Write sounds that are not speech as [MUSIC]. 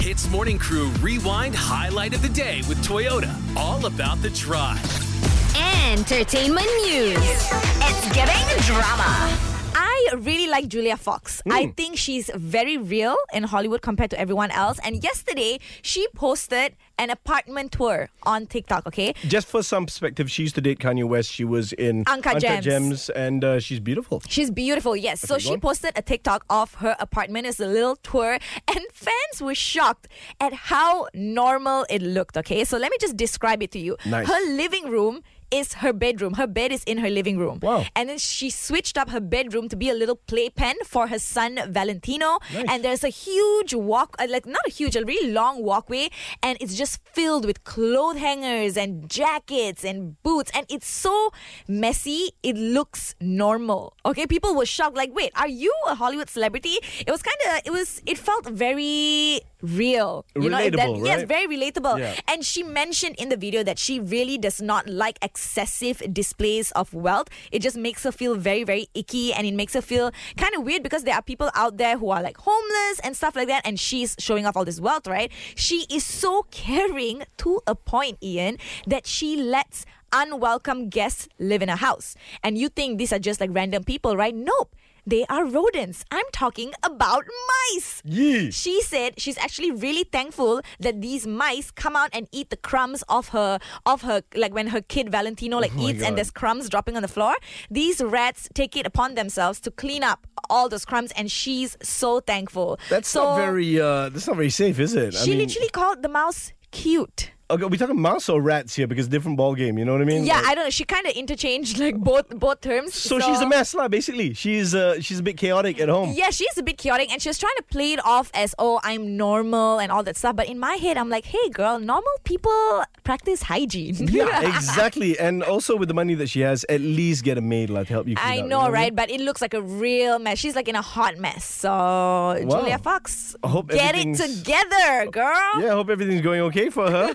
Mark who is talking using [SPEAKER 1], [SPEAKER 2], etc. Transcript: [SPEAKER 1] Hits Morning Crew Rewind Highlight of the Day with Toyota. All about the drive.
[SPEAKER 2] Entertainment news. It's giving drama.
[SPEAKER 3] I really like Julia Fox.
[SPEAKER 4] Hmm.
[SPEAKER 3] I think she's very real in Hollywood compared to everyone else. And yesterday, she posted an apartment tour on TikTok, okay?
[SPEAKER 4] Just for some perspective, she used to date Kanye West. She was in
[SPEAKER 3] Uncut Gems.
[SPEAKER 4] and uh, she's beautiful.
[SPEAKER 3] She's beautiful, yes. so
[SPEAKER 4] Okay, go
[SPEAKER 3] she
[SPEAKER 4] on.
[SPEAKER 3] posted a TikTok of her apartment as a little tour, and fans were shocked at how normal it looked, okay? So let me just describe it to you.
[SPEAKER 4] Nice.
[SPEAKER 3] Her living room is her bedroom. Her bed is in her living room.
[SPEAKER 4] Wow.
[SPEAKER 3] And then she switched up her bedroom to be a little playpen for her son Valentino.
[SPEAKER 4] Nice.
[SPEAKER 3] And there's a huge walk, uh, like not a huge, a really long walkway, and it's just filled with clothes hangers and jackets and boots, and it's so messy. It looks normal. Okay, people were shocked. Like, wait, are you a Hollywood celebrity? It was kind of, it was, it felt very real. You know, if that-
[SPEAKER 4] Relatable,
[SPEAKER 3] Yes,
[SPEAKER 4] right?
[SPEAKER 3] very relatable.
[SPEAKER 4] Yeah.
[SPEAKER 3] And she mentioned in the video that she really does not like excessive displays of wealth. It just makes her feel very, very icky and it makes her feel kind of weird because there are people out there who are like homeless and stuff like that. And she's showing off all this wealth, right? She is so [LAUGHS] caring to a point, Ian, that she lets unwelcome guests live in a house. And you think these are just like random people, right? Nope. They are rodents. I'm talking about mice.
[SPEAKER 4] Yee.
[SPEAKER 3] She said she's actually really thankful that these mice come out and eat the crumbs of her of her like when her kid Valentino like eats and
[SPEAKER 4] Oh God.
[SPEAKER 3] there's crumbs dropping on the floor. These rats take it upon themselves to clean up all those crumbs and she's so thankful.
[SPEAKER 4] That's
[SPEAKER 3] so
[SPEAKER 4] not very. Uh, that's not very safe, is it?
[SPEAKER 3] She literally called the mouse cute.
[SPEAKER 4] Okay, we talking mouse or rats here because different ball game. You know what I mean?
[SPEAKER 3] Yeah,
[SPEAKER 4] Like-
[SPEAKER 3] I don't know. She kind of interchanged like both both terms.
[SPEAKER 4] so, she's a mess, lah. Basically, she's uh, she's a bit chaotic at home.
[SPEAKER 3] Yeah, she's a bit chaotic and she was trying to play it off as, oh, I'm normal and all that stuff. But in my head, I'm like, hey, girl, normal people practice hygiene. [LAUGHS]
[SPEAKER 4] Yeah, exactly. And also with the money that she has, at least get a maid lah to help you. Clean
[SPEAKER 3] I
[SPEAKER 4] up, you
[SPEAKER 3] know,
[SPEAKER 4] what mean?
[SPEAKER 3] right? But it looks like a real mess. She's like in a hot mess. So, Julia Fox,
[SPEAKER 4] I hope
[SPEAKER 3] get it
[SPEAKER 4] everything's-
[SPEAKER 3] together, girl.
[SPEAKER 4] Yeah, I hope everything's going okay for
[SPEAKER 3] [LAUGHS]
[SPEAKER 4] her.